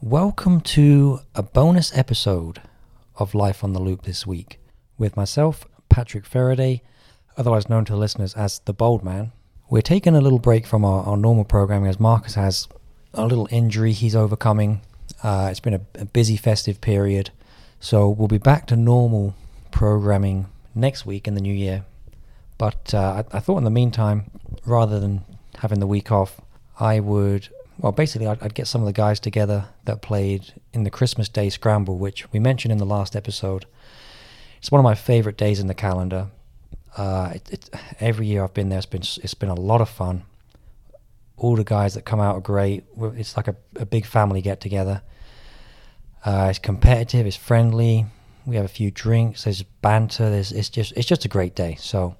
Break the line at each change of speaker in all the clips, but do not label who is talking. Welcome to a bonus episode of Life on the Loop this week with myself, Patrick Faraday, otherwise known to the listeners as the Bold Man. We're taking a little break from our, our normal programming as Marcus has a little injury he's overcoming. Uh, it's been a, a busy festive period, so we'll be back to normal programming next week in the new year. But uh, I, I thought in the meantime, rather than having the week off, I would, well, basically, I'd, I'd get some of the guys together that played in the Christmas Day Scramble, which we mentioned in the last episode. It's one of my favorite days in the calendar. Uh, it, it, every year I've been there, it's been it's been a lot of fun. All the guys that come out are great. We're- It's like a, a big family get together. Uh, it's competitive. It's friendly. We have a few drinks. There's banter. There's it's just it's just a great day. So,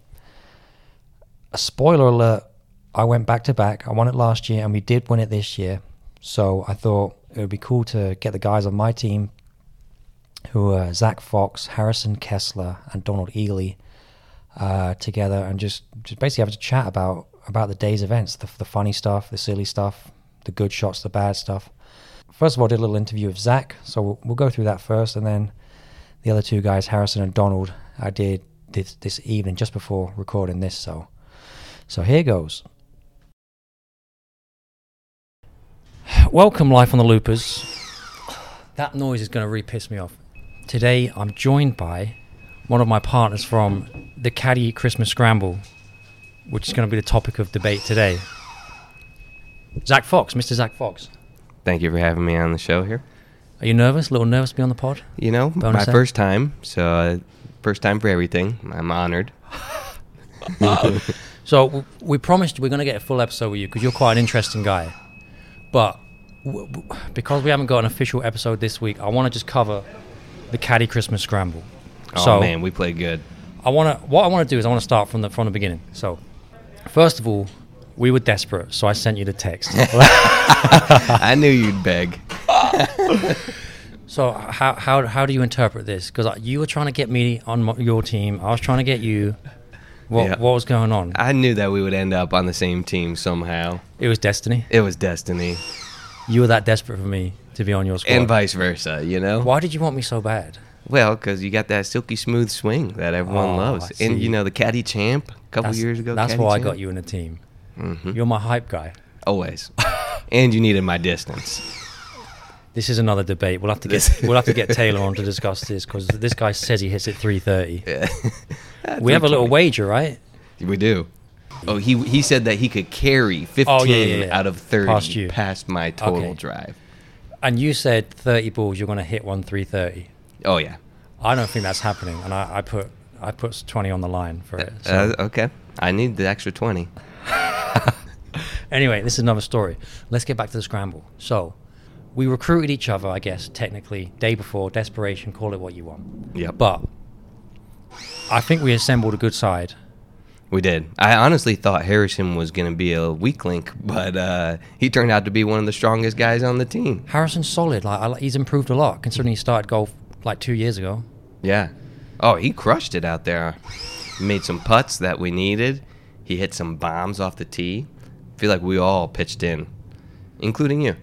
a spoiler alert: I went back to back. I won it last year, and we did win it this year. So I thought it would be cool to get the guys on my team, who are Zach Fox, Harrison Kessler, and Donald Ely, uh, together, and just, just basically have a chat about about the day's events, the, the funny stuff, the silly stuff, the good shots, the bad stuff first of all, I did a little interview with Zach, so we'll, we'll go through that first, and then the other two guys, Harrison and Donald, I did this this evening just before recording this. So, so here goes. Welcome, Life on the Loopers. That noise is going to re piss me off. Today, I'm joined by one of my partners from the Caddy Christmas Scramble, which is going to be the topic of debate today. Zach Fox, Mr. Zach Fox.
Thank you for having me on the show here.
Are you nervous? A little nervous to be on the pod?
You know,
Bonus
my
set.
first time, so uh, first time for everything. I'm honored.
So w- we promised we're going to get a full episode with you because you're quite an interesting guy. But w- w- because we haven't got an official episode this week, I want to just cover the Caddy Christmas Scramble.
Oh
so
man, we played good.
I want to. What I want to do is I want to start from the from the beginning. So first of all, we were desperate, so I sent you the text.
I knew you'd beg.
so how how how do you interpret this? Because you were trying to get me on my, your team. I was trying to get you. What
Yeah. Uh,
what was going on?
I knew that we would end up on the same team somehow.
It was destiny.
It was destiny,
You were that desperate for me to be on your squad.
and vice versa. You know, Well, 'cause
Why did you want me so bad?
well, because you got that silky smooth swing that everyone
Oh,
loves,
I
and
see.
you know the caddy champ a couple
That's-
years ago.
That's
Caddy
why I
champ?
got you in the team.
Mm-hmm.
You're my hype guy.
always, and you needed my distance.
This is another debate. We'll have to get
This-
we'll have to get Taylor on to discuss this because this guy says he hits it 3:30. we have a little wager, right?
We do. Oh, he he said that he could carry 15
Oh, yeah, yeah, yeah.
out of 30
Past you.
past, my total
Okay.
drive.
And you said 30 balls. You're going to hit one 3:30.
Oh yeah.
I don't think that's happening, and I, I put I put 20 on the line for it. So.
Uh, okay. I need the extra 20.
anyway, this is another story. Let's get back to the scramble. So, we recruited each other, I guess, technically, day before, desperation, call it what you want.
Yep.
But I think we assembled a good side.
We did. I honestly thought Harrison was going to be a weak link, but uh, he turned out to be one of the strongest guys on the team.
Harrison's solid. Like I, li- he's improved a lot considering he started golf like two years ago.
Yeah. Oh, he crushed it out there. Made some putts that we needed. He hit some bombs off the tee. feel like we all pitched in, including you.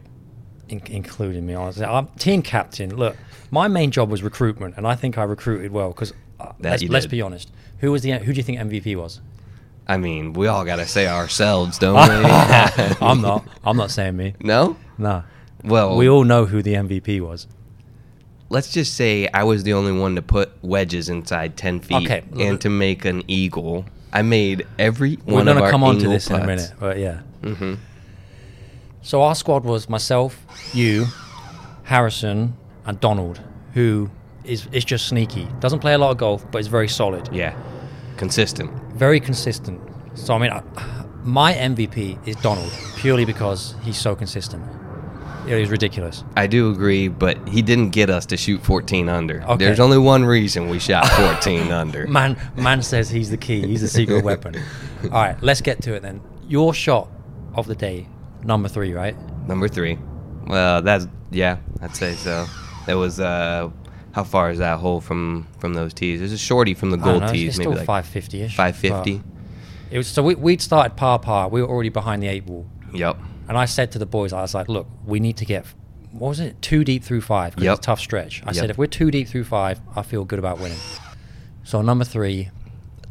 in- including me. Honestly, I'm team captain. Look, my main job was recruitment, and I think I recruited well because
That
let's,
you
let's
did.
be honest. Who was the who do you think MVP was?
I mean, we all got to say ourselves, don't we?
I'm not. I'm not saying me.
No?
No,
Well,
we all know who the MVP was.
let's just say I was the only one to put wedges inside 10 feet
Okay.
and to make an eagle. I made every
We're
one
going to
of our Mm-hmm.
come on to
eagle
this in a
putts.
minute, but yeah. So our squad was myself, you, Harrison, and Donald, who is is just sneaky. Doesn't play a lot of golf, but is very solid.
Yeah. Consistent.
very consistent. So I mean, I, my MVP is Donald purely because he's so consistent. It is ridiculous.
I do agree, but he didn't get us to shoot 14 under.
Okay.
There's only one reason we shot 14 under.
Man, man says he's the key. He's the secret weapon. All right, let's get to it then. Your shot of the day, number three, right?
Number three. Well, that's, yeah, I'd say so. That was, uh, how far is that hole from from those tees? There's a shorty from the
I don't
gold
know, it's-
tees,
it's
maybe
still
like
550 ish.
550.
It was so we, we'd started par par. We were already behind the eight ball,
Yep.
and I said to the boys, I was like, "Look, we need to get what was it? Two deep through five. 'cause
Yep.
It's a tough stretch. I
Yep.
said if we're two deep through five, I feel good about winning. So number three.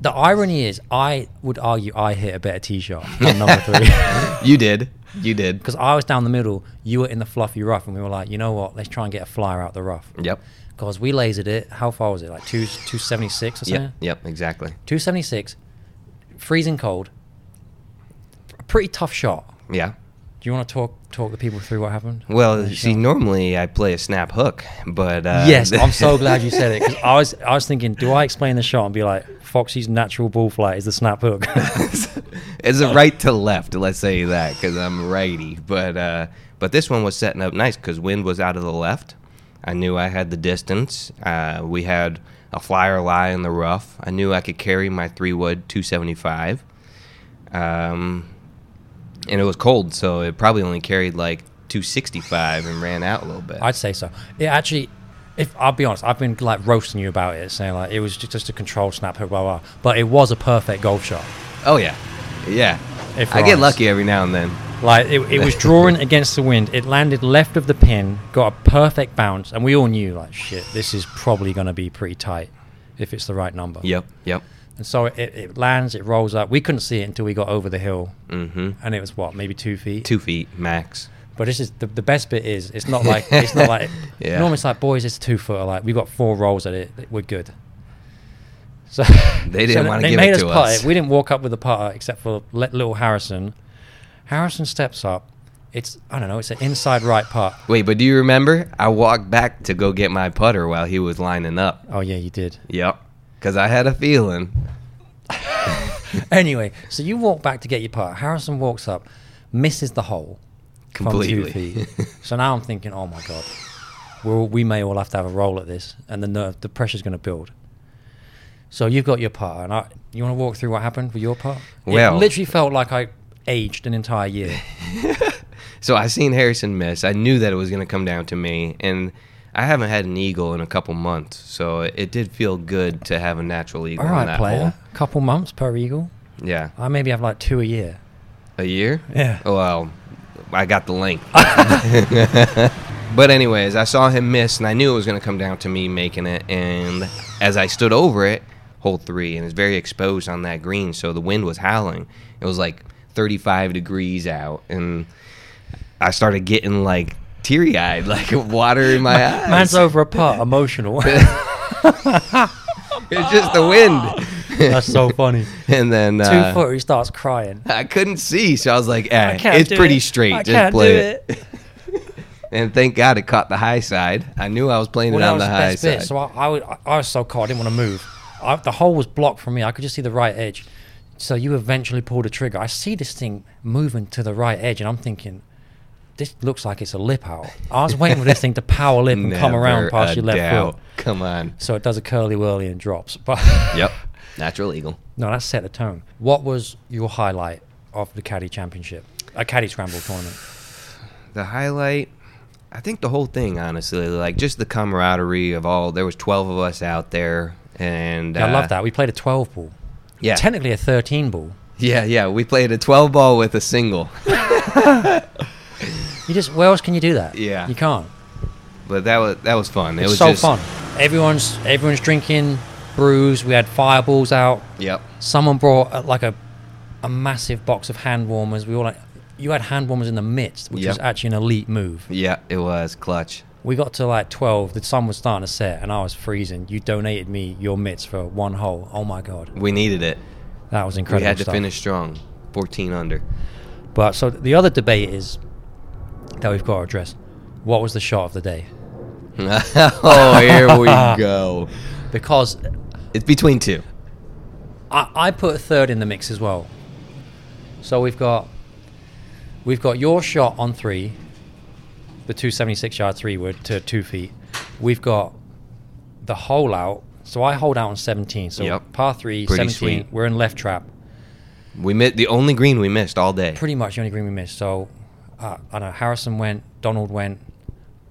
The irony is, I would argue I hit a better tee shot than number three.
you did. You did.
Because I was down the middle, you were in the fluffy rough, and we were like, you know what? Let's try and get a flyer out the rough.
Yep.
Because we lasered it. How far was it? Like two two seventy six or something.
Yep. Yep. Exactly.
276, freezing cold. A pretty tough shot.
Yeah.
Do you want to talk talk the people through what happened?
Well,
The
see,
shot?
normally I play a snap hook, but uh,
yes, I'm so glad you said it because I was I was thinking, do I explain the shot and be like, Foxy's natural ball flight is the snap hook?
it's a right to left. Let's say that because I'm righty. But uh, but this one was setting up nice because wind was out of the left. I knew I had the distance. Uh, we had a flyer lie in the rough. I knew I could carry my three wood 275. Um, and it was cold, so it probably only carried like 265 and ran out a little bit.
I'd say so. It actually, if I'll be honest, I've been like roasting you about it, saying like it was ju- just a controlled snap hook, blah blah. blah. But it was a perfect golf shot.
oh yeah, yeah.
If
I
we're
get
honest.
lucky every now and then.
Like it, it was drawing against the wind. It landed left of the pin, got a perfect bounce, and we all knew like shit. This is probably going to be pretty tight if it's the right number.
Yep, yep.
And so it, it lands, it rolls up. We couldn't see it until we got over the hill,
Mm-hmm.
and it was what maybe two feet.
Two feet max.
But this is the, the best bit is it's not like it's not like
Yeah.
normally it's like boys it's two footer like we've got four rolls at it we're good. So
They didn't wanna
they
give it
made
to
putt
us.
We didn't walk up with the putter except for let little Harrison. Harrison steps up. It's I don't know. It's an inside right putt.
Wait, but do you remember? I walked back to go get my putter while he was lining up.
Oh yeah, you did.
Yep. Because I had a feeling.
Anyway, so you walk back to get your putt. Harrison walks up, misses the hole from
Completely.
two feet. so now I'm thinking, oh my god, we're, all- we may all have to have a roll at this, and the nerve, the pressure's going to build. So you've got your putt, and I, you want to walk through what happened with your putt?
Well-
it literally felt like I aged an entire year.
So I seen Harrison miss. I knew that it was going to come down to me. And I haven't had an eagle in a couple months. So it, it did feel good to have a natural eagle
all
in
right,
that
player,
hole.
couple months per eagle.
Yeah.
I maybe have like two a year.
A year?
Yeah.
Oh, Well, I got the length. but anyways, I saw him miss, and I knew it was going to come down to me making it. And as I stood over it, hole three, and it's very exposed on that green, so the wind was howling. It was like 35 degrees out, and I started getting like teary eyed, like water in my eyes.
Man's over a putt, emotional.
It's just the wind.
That's so funny.
And then
Two
uh,
footer, he starts crying.
I couldn't see, so I was like, eh,
I can't
it's
do
pretty
it.
straight.
I
Just
can't
play
do
it. And thank God it caught the high side. I knew I was playing
Well,
it
that
on
was
the
the
high
best
side.
bit. So I, I, would- I- I was so cold, I didn't want to move. I, the hole was blocked from me. I could just see the right edge. So you eventually pull the trigger. I see this thing moving to the right edge, and I'm thinking, this looks like it's a lip out. I was waiting for this thing to power lip and come
Never
around past
a
your left
doubt.
foot.
Come on.
So it does a curly whirly and drops. But
Yep. Natural eagle.
no, that set the tone. What was your highlight of the caddy championship? A caddy scramble tournament.
The highlight, I think the whole thing, honestly, like just the camaraderie of all. There was twelve of us out there, and
Yeah, I
uh,
love that. We played a 12 ball.
Yeah,
Technically a 13 ball.
yeah, yeah. We played a twelve ball with a single,
You just where else can you do that?
Yeah.
You can't.
but that was that was fun. it
It's
was
so
just,
fun. Everyone's everyone's drinking brews. We had fireballs out.
Yep.
Someone brought uh, like a a massive box of hand warmers. We all like, you had hand warmers in the midst, which was
Yep.
actually an elite move.
Yeah, it was clutch.
We got to like twelve. The sun was starting to set, and I was freezing. You donated me your mitts for one hole. Oh my god,
We needed it.
that was
We
incredible.
had to
stuff.
finish strong, fourteen under.
But so the other debate is that we've got to address. What was the shot of the day?
oh, here we go.
Because
It's between two.
I, I put a third in the mix as well. So we've got we've got your shot on three, the two seventy six yard three wood to two feet. We've got the hole out. So I hold out on seventeen. So
Yep.
par three,
Pretty
17,
sweet.
We're in left trap.
We missed the only green we missed all day.
Pretty much the only green we missed. So uh, I know Harrison went, Donald went.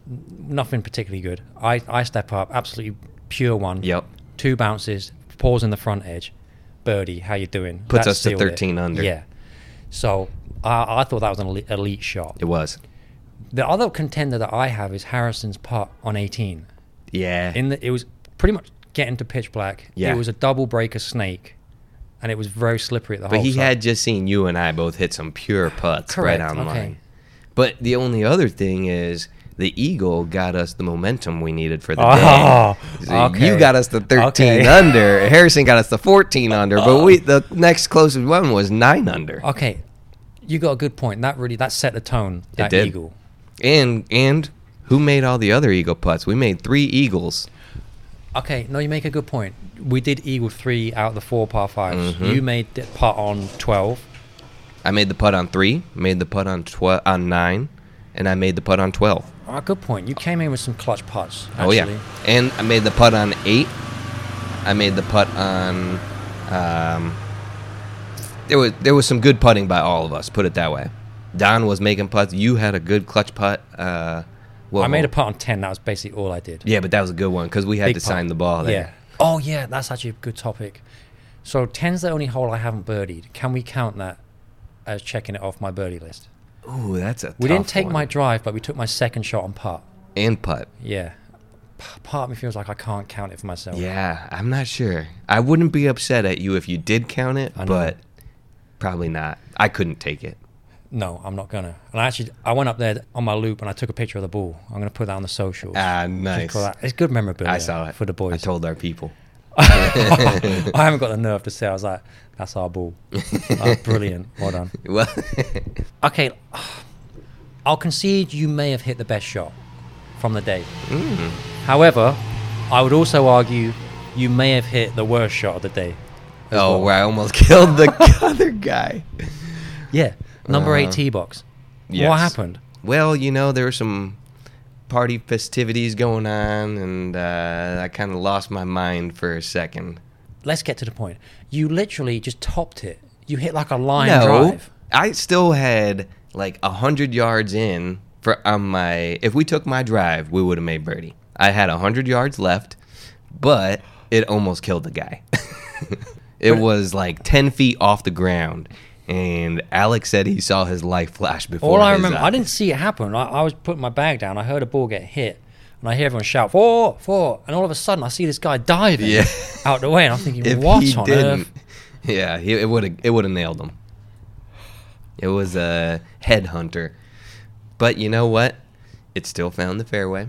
n- Nothing particularly good. I, I step up, absolutely pure one.
Yep.
two bounces, paws in the front edge, birdie. How you doing?
Puts us to
sealed it.
13 under.
Yeah. So I I thought that was an elite, elite shot,
It was.
The other contender that I have is Harrison's putt on 18.
Yeah.
In the, it was pretty much getting to pitch black.
Yeah.
It was a double breaker snake, and it was very slippery at the
but
hole
he
side.
had just seen you and I both hit some pure putts right
Correct,
on
okay.
line. But the only other thing is the eagle got us the momentum we needed for the
Oh,
day. So You
okay.
got us the 13
Okay.
under. Harrison got us the 14 under. But we the next closest one was 9 under.
Okay, you got a good point. That really that set the tone. That
did.
eagle.
And and who made all the other eagle putts? We made 3 eagles.
Okay, no, you make a good point. We did eagle three out of the four par 5s
Mm-hmm.
You made the putt on twelve.
I made the putt on 3, made the putt on 12 on 9, and I made the putt on 12.
Ah, good point. You came in with some clutch putts. Actually.
Oh yeah, and I made the putt on eight. I made the putt on. Um, there was there was some good putting by all of us. Put it that way. Don was making putts. You had a good clutch putt. Uh, well,
I made a putt on ten. That was basically all I did.
Yeah, but that was a good one because we had
Big
to
putt.
sign the ball
Yeah.
there.
Oh yeah, that's actually a good topic. So ten's the only hole I haven't birdied. Can we count that as checking it off my birdie list?
Yeah. Ooh, that's a.
We didn't
tough
take
one.
my drive, but we took my second shot on putt.
and putt.
Yeah. P- Part of me feels like I can't count it for myself.
Yeah, I'm not sure. I wouldn't be upset at you if you did count it,
know.
but probably not. I couldn't take it.
No, I'm not gonna. And I actually, I went up there on my loop and I took a picture of the ball. I'm gonna put that on the socials.
Ah,
Just
nice.
call that- It's good memorabilia.
I saw it
for the boys.
I told our people.
I haven't got the nerve to say. I was like, "That's our ball." Ah, brilliant. Well done.
Well,
Okay, I'll concede you may have hit the best shot from the day.
Mm.
However, I would also argue you may have hit the worst shot of the day. as
oh,
well.
where I almost killed the other guy.
Yeah, number eight
Uh,
tee box. What
yes.
happened?
Well, you know, there were some party festivities going on, and uh, I kind of lost my mind for a second.
Let's get to the point. You literally just topped it. You hit like a line
no,
drive.
I still had like a hundred yards in for on my. If we took my drive, we would have made birdie. I had a hundred yards left, but it almost killed the guy. it was like ten feet off the ground, and Alex said he saw his life flash before.
All I
his
remember, I
eyes.
didn't see it happen. I, I was putting my bag down. I heard a ball get hit, and I hear everyone shout four, four, and all of a sudden I see this guy diving
Yeah.
out the way, and I'm thinking,
If
what
he
on
didn't,
earth?
yeah, he, it would have it would have nailed him. It was a headhunter, but you know what? It still found the fairway.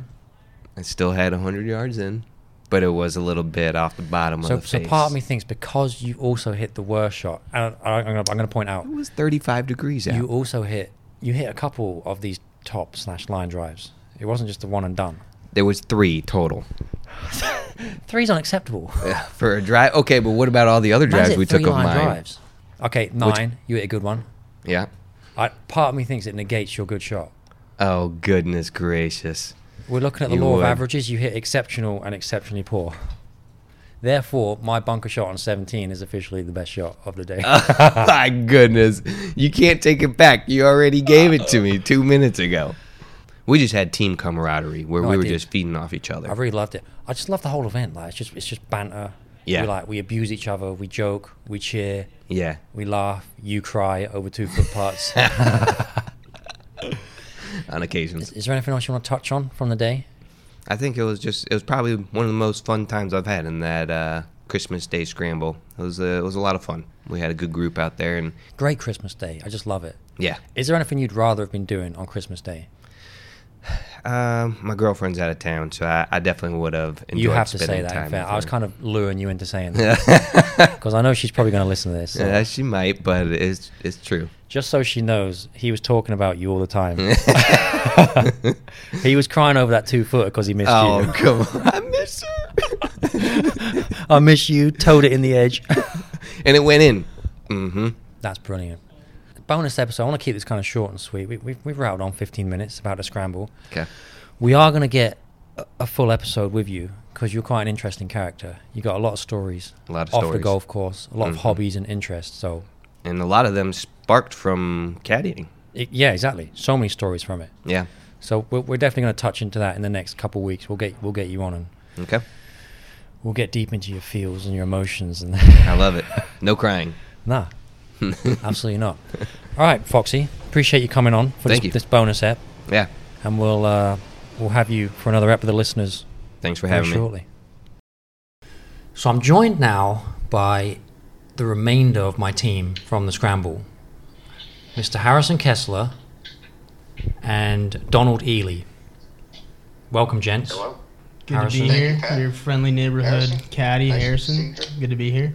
It still had hundred yards in, but it was a little bit off the bottom
So,
of the
so
face.
part of me thinks because you also hit the worst shot, and I, I'm going to point out,
it was thirty-five degrees out.
you also hit you hit a couple of these top slash line drives. It wasn't just the one and done.
there was three total
Three's unacceptable.
Yeah, for a drive. Okay, but what about all the other
Man's
drives
hit
we took
three
of
line
mine?
drives. Okay, nine. you hit a good one.
Yeah.
I, part of me thinks it negates your good shot.
Oh goodness gracious.
We're looking at the
You
law
would.
of averages. You hit exceptional and exceptionally poor. Therefore, my bunker shot on 17 is officially the best shot of the day.
My goodness. You can't take it back. You already gave it to me two minutes ago. We just had team camaraderie where
No,
we
I
were
did.
just feeding off each other.
I really loved it. I just love the whole event. Like it's just it's just banter.
Yeah.
We like we abuse each other. We joke. We cheer.
yeah.
We laugh. You cry over two foot putts.
On occasions.
Is there anything else you want to touch on from the day?
I think it was just it was probably one of the most fun times I've had in that uh, Christmas Day scramble. It was uh, it was a lot of fun. We had a good group out there and
Great Christmas Day. I just love it.
yeah.
Is there anything you'd rather have been doing on Christmas Day?
Um, my girlfriend's out of town, so I, I definitely would have enjoyed
You have to say
spending
that.
time
In fact,
with
I was
her.
kind of luring you into saying that because I know she's probably going to listen to this. so-
Yeah, she might, but it's it's true.
Just so she knows, he was talking about you all the time. he was crying over that two footer because he missed
Oh,
you.
come on. I miss her.
I miss you. Towed it in the edge.
and it went in. Mm-hmm.
That's brilliant. Bonus episode. I want to keep this kind of short and sweet. We, we've, we've rattled on 15 minutes about the scramble.
Okay.
We are going to get a, a full episode with you because you're quite an interesting character. You got a lot of stories
A lot of
off
stories.
the golf course, a lot of
Mhm.
hobbies and interests. So,
And a lot of them sparked from caddying.
it, yeah, exactly. So many stories from it.
Yeah.
So we're, we're definitely going to touch into that in the next couple of weeks. We'll get we'll get you on and
Okay.
we'll get deep into your feels and your emotions and
I love it. No crying.
nah absolutely not all right foxy appreciate you coming on for
Thank
this,
you.
this bonus app
Yeah.
and we'll uh, we'll have you for another app of the listeners
Thanks for
very
having me.
shortly. So I'm joined now by the remainder of my team from the scramble, Mr. Harrison Kessler and Donald Ely. Welcome, gents.
Hello.
Good
Harrison.
to be here.
Thank you, Pat.
Your friendly neighborhood
Harrison.
caddy,
Nice to
Harrison.
see
Good to be here.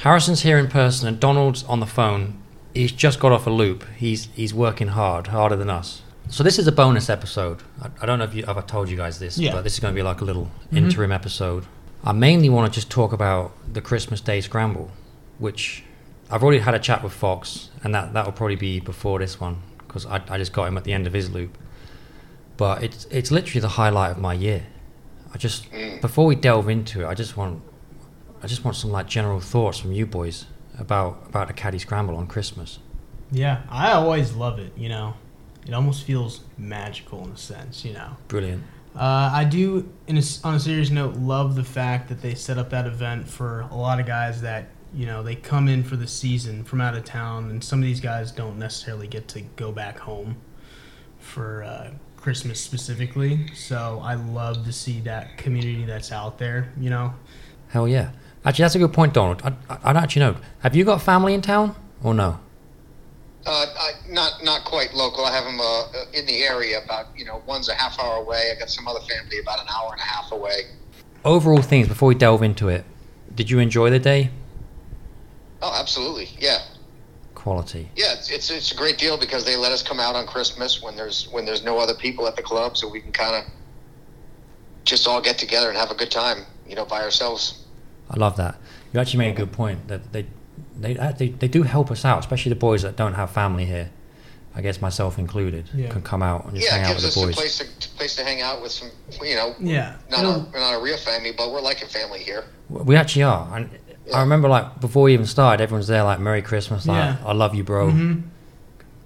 Harrison's here in person and Donald's on the phone. He's just got off a loop. He's he's working hard, harder than us. So this is a bonus episode. I, I don't know if, you, if I told you guys this,
Yeah.
but this is going to be like a little
Mhm.
interim episode. I mainly want to just talk about the Christmas Day scramble, which I've already had a chat with Fox, and that that will probably be before this one because I, I just got him at the end of his loop. But it's it's literally the highlight of my year. I just before we delve into it, I just want I just want some like general thoughts from you boys about about the caddy scramble on Christmas.
Yeah, I always love it. You know, it almost feels magical in a sense. You know,
Brilliant.
uh, I do. In a s on a serious note, love the fact that they set up that event for a lot of guys that you know they come in for the season from out of town, and some of these guys don't necessarily get to go back home for uh, Christmas specifically. So I love to see that community that's out there. You know,
Hell yeah. Actually, that's a good point, Donald. I, I, I don't actually know. Have you got family in town or no?
Uh, I, not not quite local. I have them uh, in the area. About you know, one's a half hour away. I got some other family about an hour and a half away.
Overall things before we delve into it. Did you enjoy the day?
Oh, absolutely. Yeah,
Quality.
yeah. It's, it's it's a great deal because they let us come out on Christmas when there's when there's no other people at the club, so we can kind of just all get together and have a good time. You know, by ourselves.
I love that. You actually made a good point that they they uh, they, they do help us out, especially the boys that don't have family here. I guess myself included
Yeah.
can come out and just
yeah,
hang
it
out
gives
with
us
the
a
boys.
place to place to hang out with some. You know,
yeah.
not
it'll-
a, we're not a real family, but we're like a family here.
We actually are. And I remember like before we even started, everyone's there like Merry Christmas, like
Yeah.
I love you, bro.
Mhm.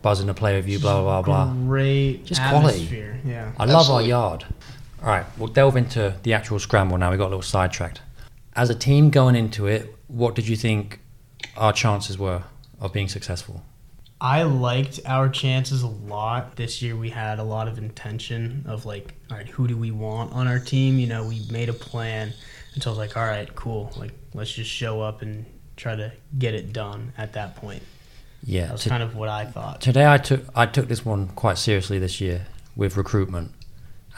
Buzzing to play with you, blah blah blah. blah.
Great
Just quality.
atmosphere. Yeah.
I love our
Absolutely.
yard. All right, we'll delve into the actual scramble now. We got a little sidetracked. As a team going into it, what did you think our chances were of being successful?
I liked our chances a lot. This year we had a lot of intention of like, all right, who do we want on our team? You know, we made a plan. And so I was like, all right, cool. Like, let's just show up and try to get it done at that point.
Yeah,
That was
to-
kind of what I thought.
today I took I took this one quite seriously this year with recruitment.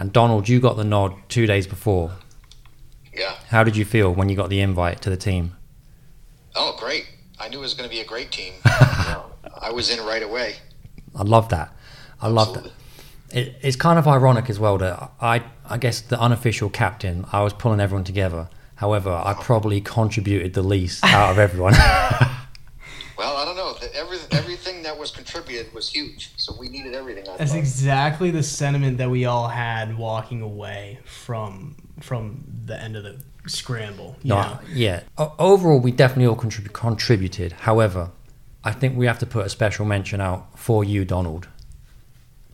And Donald, you got the nod two days before.
Yeah.
How did you feel when you got the invite to the team?
Oh, great! I knew it was going to be a great team. You know, I was in right away.
I love that. I love that.
Absolutely.
It, it's kind of ironic as well that I, I guess the unofficial captain, I was pulling everyone together. However, I
Oh.
probably contributed the least out of everyone.
Well, I don't know. The- Every, everything that was contributed was huge, so we needed everything. I
That's
thought.
exactly the sentiment that we all had walking away from from the end of the scramble. You
No,
know?
I- yeah. O- overall, we definitely all contrib- contributed. However, I think we have to put a special mention out for you, Donald.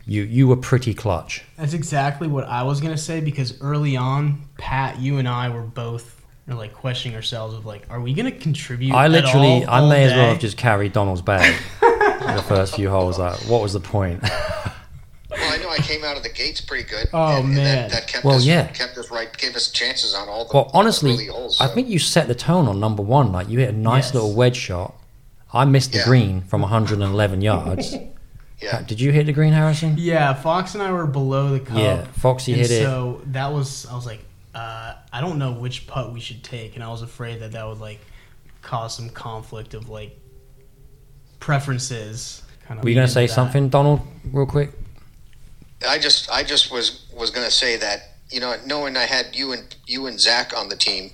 You you were pretty clutch.
That's exactly what I was gonna say because early on, Pat, you and I were both you know, like questioning ourselves of like, are we gonna contribute?
I
at
literally,
all,
I
all
may as well
day?
have just carried Donald's bag in the first few holes. Like, what was the point?
Well, I know I came out of the gates pretty good.
Oh,
and, and
man.
that, that kept
Well,
us,
yeah.
kept us right, gave us chances on all the.
Well,
all the
honestly,
early holes,
I
so-
think you set the tone on number one. Like you hit a nice
Yes.
little wedge shot. I missed the
Yeah.
green from 111 yards.
Yeah.
Did you hit the green, Harrison?
Yeah, Fox and I were below the cup.
Yeah, Foxy
and
hit it.
So that was, I was like, uh, I don't know which putt we should take, and I was afraid that that would like cause some conflict of like preferences. Kind
Were you going to say something, Donald, real quick?
I just, I just was was going to say that you know, knowing I had you and you and Zach on the team,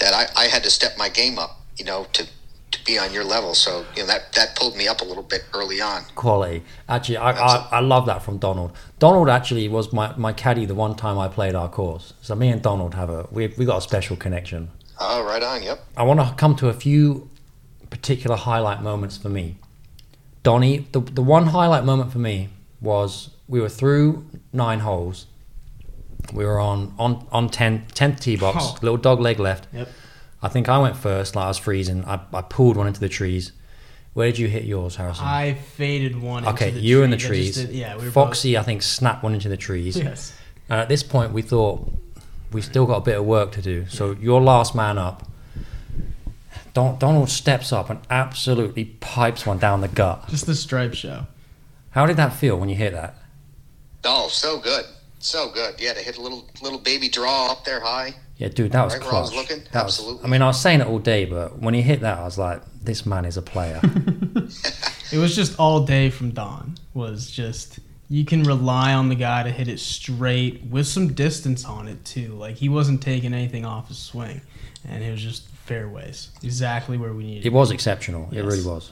that I, I had to step my game up, you know, to to be on your level. So you know that that pulled me up a little bit early on.
Quality. Actually, I, I, I love that from Donald. Donald actually was my, my caddy the one time I played our course. So me and Donald have a we we got a special connection.
Oh, right on. Yep.
I want to come to a few particular highlight moments for me. Donnie, the, the one highlight moment for me was we were through nine holes. We were on on on 10, 10th tee box,
Oh.
little dog leg left.
Yep.
I think I went first, like I was freezing. I, I pulled one into the trees. Where did you hit yours, Harrison?
I faded one.
okay,
into the
you were in the
tree. That
trees.
just did- yeah, we were
Foxy, I think, snapped one into the trees.
Both, yes.
And at this point, we thought we've still got a bit of work to do. So you're last man up. Don- Donald steps up and absolutely pipes one down the gut.
Just the stripe show.
How did that feel when you hit that?
Oh, so good, so good. Yeah, to hit a little little baby draw up there high.
Yeah, dude, that was
Right
clutch.
where I was looking?
That was-
Absolutely.
I mean, I was saying it all day, but when he hit that, I was like, this man is a player.
It was just all day from Don. Was just you can rely on the guy to hit it straight with some distance on it too. Like he wasn't taking anything off his swing, and it was just fairways, exactly where we needed.
it was exceptional. It
Yes.
really was.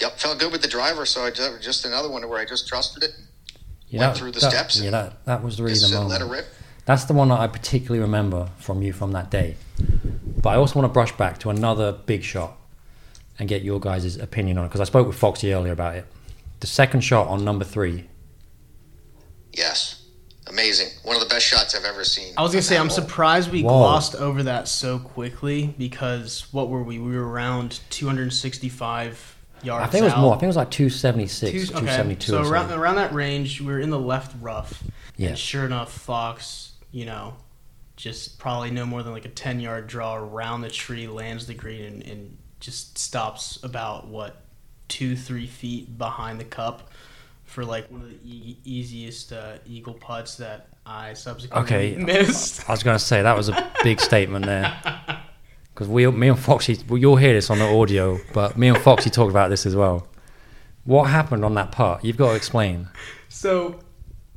Yep, felt good with the driver, so I ju- just another one where I just trusted it.
Yeah,
Went
that-
through the
that-
steps
Yeah,
and
that, that was really
Just
the
uh,
moment.
let it rip.
That's the one that I particularly remember from you from that day. But I also want to brush back to another big shot and get your guys' opinion on it because I spoke with Foxy earlier about it. The second shot on number three.
Yes, amazing. One of the best shots I've ever seen.
I was gonna
on
say
that
I'm
hole.
surprised we
Whoa.
glossed over that so quickly because what were we? We were around 265 yards.
I think it was
out.
more. I think it was like 276,
Two- okay.
272.
So
or
around,
something.
around that range, we were in the left rough.
Yeah.
And sure enough, Fox, you know, just probably no more than like a 10 yard draw around the tree, lands the green, and, and just stops about, what, two, three feet behind the cup for like one of the e- easiest uh, eagle putts that I subsequently
Okay.
missed.
I was going to say that was a big statement there. Because we, me and Foxy, well, you'll hear this on the audio, but me and Foxy talked about this as well. What happened on that part? You've got to explain.
So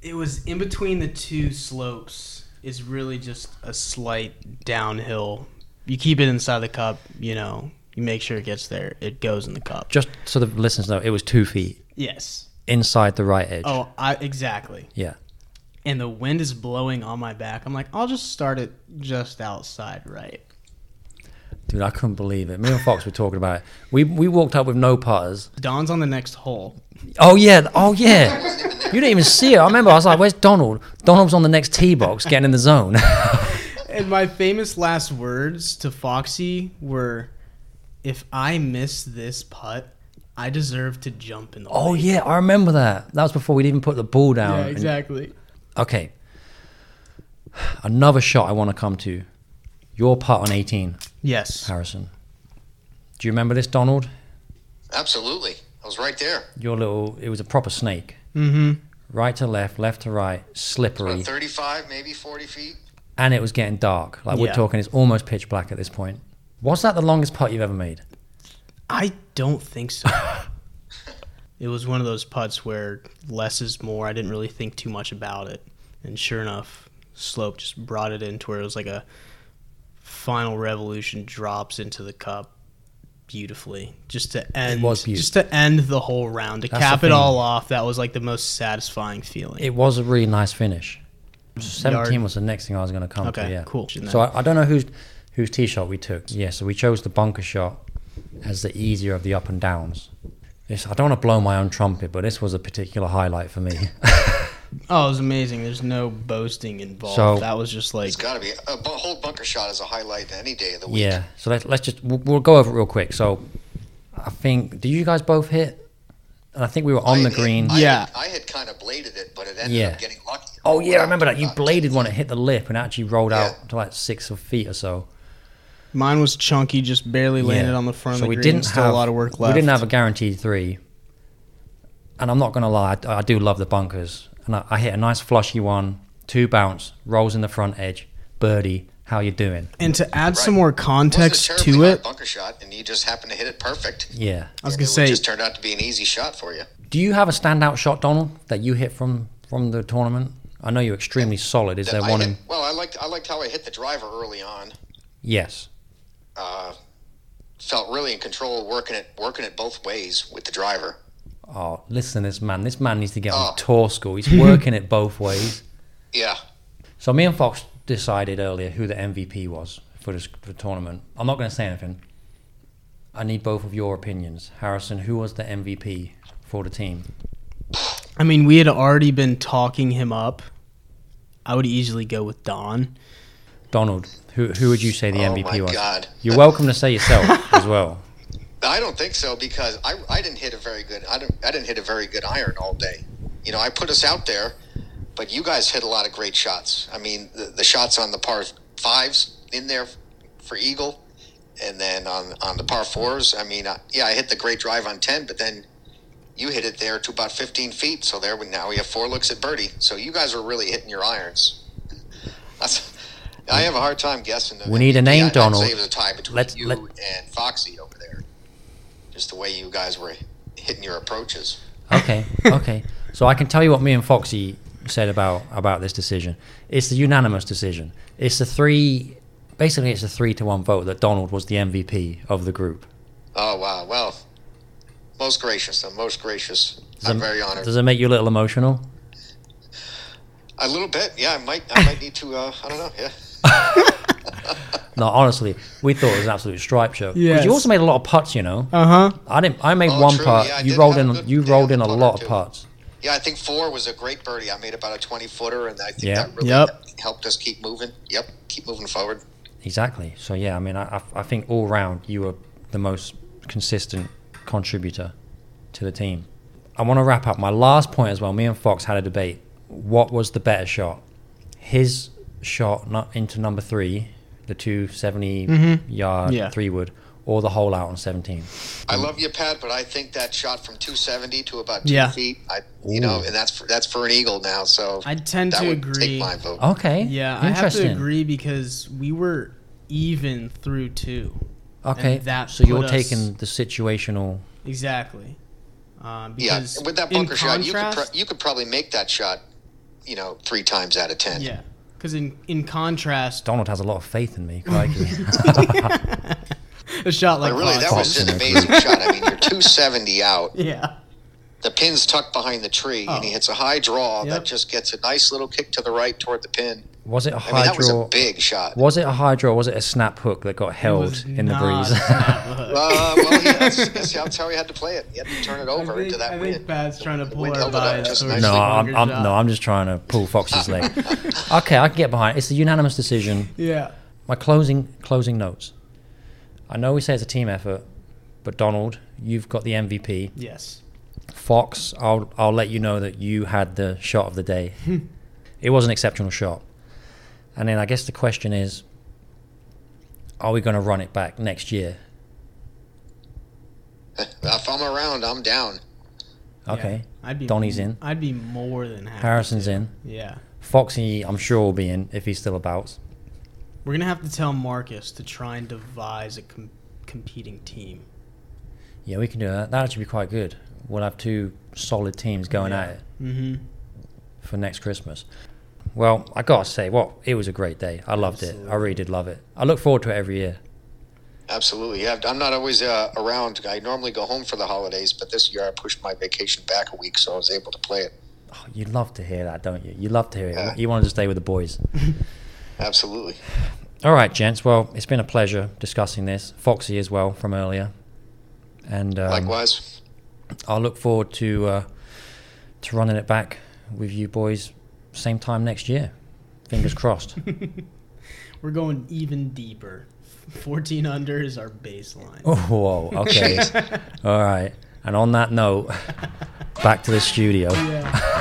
it was in between the two slopes is really just a slight downhill. You keep it inside the cup, you know, you make sure it gets there, it goes in the cup.
Just so the listeners know, it was two feet
Yes.
inside the right edge.
Oh, I exactly.
Yeah.
And the wind is blowing on my back. I'm like, I'll just start it just outside, right?
Dude, I couldn't believe it. Me and Fox were talking about it. We we walked up with no putters.
Don's on the next hole.
Oh yeah, oh yeah. You didn't even see it. I remember I was like, "Where's Donald?" Donald's on the next tee box, getting in the zone.
And my famous last words to Foxy were, "If I miss this putt, I deserve to jump in the."
oh
lake."
yeah, I remember that. That was before we'd even put the ball down.
yeah, exactly.
Okay. Another shot I want to come to. Your putt on 18,
Yes.
Harrison. Do you remember this, Donald?
Absolutely, I was right there.
Your little. It was a proper snake.
Mm-hmm.
Right to left, left to right,
About
slippery,
35, maybe 40 feet.
and it was getting dark. Like we're
Yeah.
talking, it's almost pitch black at this point. Was that the longest putt you've ever made?
I don't think so. it was one of those putts where less is more. I didn't really think too much about it, and sure enough, slope just brought it in to where it was like a final revolution drops into the cup beautifully just to end
was beautiful.
just to end the whole round to
That's
cap
the
it
thing.
all off that was like the most satisfying feeling
It was a really nice finish. 17
Yard.
was the next thing I was going to come to.
Okay,
Yeah,
cool.
So I, I don't know whose whose tee shot we took. Yeah, so we chose the bunker shot as the easier of the up and downs. This I don't want to blow my own trumpet, but this was a particular highlight for me.
oh it was amazing there's no boasting involved
So-
that was just like
It's got to be a bu- whole bunker shot is a highlight any day of the week.
yeah. So let's let's just we'll, we'll go over it real quick. So I think did you guys both hit? And I think we were on
I
the
had-
green.
I
Yeah.
had, I had kind of bladed it, but it ended
Yeah.
up getting lucky.
Oh yeah, I
Wow,
remember that. You
not-
bladed one; it hit the lip and actually rolled
Yeah.
out to like six or feet or so.
mine was chunky just barely landed
Yeah.
on the front
So
of
we
the green
didn't
still
have
a lot of work left
We didn't have a guaranteed three. And I'm not going to lie, I, I do love the bunkers. And I, I hit a nice flushy one, two bounce, rolls in the front edge, birdie. How you doing?
And to add some
Right.
more
It wasn't a
context
terribly
to
high
it,
bunker shot, and you just happened to hit it perfect.
Yeah.
I was
And
gonna
it
say
just turned out to be an easy shot for you.
Do you have a standout shot, Donald, that you hit from from the tournament? I know you're extremely solid. Is there
I
one?
hit-
In,
well, I liked I liked how I hit the driver early on.
yes.
Uh, felt really in control, working it working it both ways with the driver.
Oh, listen, to this man. This man needs to get on
Oh.
tour school. He's working it both ways.
Yeah,
So me and Fox decided earlier who the MVP was for this for the tournament. I'm not going to say anything. I need both of your opinions, Harrison. Who was the MVP for the team?
I mean, we had already been talking him up. I would easily go with Don.
Donald. Who who would you say the
Oh
MVP
my
was?
God.
You're welcome to say yourself as well.
I don't think so because I, I didn't hit a very good I didn't I didn't hit a very good iron all day. You know, I put us out there, but you guys hit a lot of great shots. I mean, the, the shots on the par fives in there for eagle, and then on on the par fours. I mean, I, yeah, I hit the great drive on ten, but then you hit it there to about fifteen feet. So there we now we have four looks at birdie. So you guys are really hitting your irons. That's, I have a hard time guessing.
We need a name,
I'd say
Donald.
It was a tie between
Let's-
you
let-
and Foxy over there just the way you guys were hitting your approaches.
Okay, okay. So I can tell you what me and Foxy said about about this decision. It's the unanimous decision. It's the three. Basically, it's a three to one vote that Donald was the MVP of the group.
Oh wow! Well, most gracious. I'm most gracious.
Does
I'm
it-
very honored.
Does it make you a little emotional?
A little bit, yeah. I might, I might need to. Uh, I don't know. Yeah.
No, honestly, we thought it was an absolute stripe show. Because
Yes.
you also made a lot of putts, you know.
Uh huh.
I didn't. I made
Oh,
one
true,
putt.
yeah, I
you
did
rolled
have
in.
a good
you
day
rolled
on
in a
the putter,
lot of
too.
putts.
Yeah, I think four was a great birdie. I made about a twenty footer, and I think
Yeah.
that really
Yep.
helped us keep moving. Yep, keep moving forward.
Exactly. So yeah, I mean, I, I- I think all round you were the most consistent contributor to the team. I want to wrap up my last point as well. Me and Fox had a debate. What was the better shot? His shot not into number three, the two yard
Mm-hmm. Yeah.
three wood, or the hole out on seventeen.
I love you, Pat, but I think that shot from two seventy to about two
Yeah.
feet. I, you know,
Ooh.
and that's for, that's for an eagle now. So
I tend
that
to
would Take
agree.
my vote.
Okay.
Yeah, I have
Interesting.
to agree because we were even through two.
Okay.
And that
so you're
put us-
taking the situational.
Exactly. Um,
Yeah,
because
with that
in
bunker shot, you could,
contrast-
pro- you could probably make that shot, you know, three times out of ten.
yeah, because in in contrast,
Donald has a lot of faith in me. crikey.
a shot like
But Oh, really, that was
Fox's-
just an amazing shot. I mean, you're 270 out.
yeah,
The pin's tucked behind the tree, and he
Oh.
hits a high draw
Yep.
that just gets a nice little kick to the right toward the pin.
was it a
I mean,
high
that was
draw?
a big shot.
Was it a high draw? or Was it a snap hook that got
It
held
was
in the
not
breeze?
that hook.
Uh, well, yeah, that's, that's, how- that's how he had to play it. He had to turn it
I
over
think,
into that
I
win.
think Pat's trying to pull
wind
our
held it up
bias.
just
towards
nicely.
No,
the
I'm,
bunker
I'm
shot.
no, I'm just trying to pull Fox's leg. Okay, I can get behind. it. It's the unanimous decision.
Yeah,
My closing closing notes. I know we say it's a team effort, but Donald, you've got the MVP.
yes,
Fox, I'll I'll let you know that you had the shot of the day. it was an exceptional shot. And then I guess the question is, are we going to run it back next year?
If I'm around, I'm down.
Okay,
Yeah, I'd be
Donnie's in.
I'd be more than happy.
Harrison's in.
Yeah,
Foxy, I'm sure will be in if he's still about.
we're gonna have to tell Marcus to try and devise a com- competing team.
Yeah, we can do that. That should be quite good. We'll have two solid teams going at it
Mm-hmm.
for next Christmas. Well, I gotta say, what it was a great day. I loved it. I really did love it. I look forward to it every year.
Absolutely. Yeah, I'm not always uh, around. I normally go home for the holidays, but this year I pushed my vacation back a week, so I was able to play it.
Oh, you love to hear that, don't you? You love to hear it.
Yeah.
You wanted to stay with the boys.
Absolutely.
All right, gents. Well, it's been a pleasure discussing this. Foxy as well from earlier, and um,
Likewise.
I look forward to uh, to running it back with you boys same time next year. Fingers crossed.
We're going even deeper. 14 under is our baseline.
Oh, whoa, okay. All right. And on that note, back to the studio.
Yeah.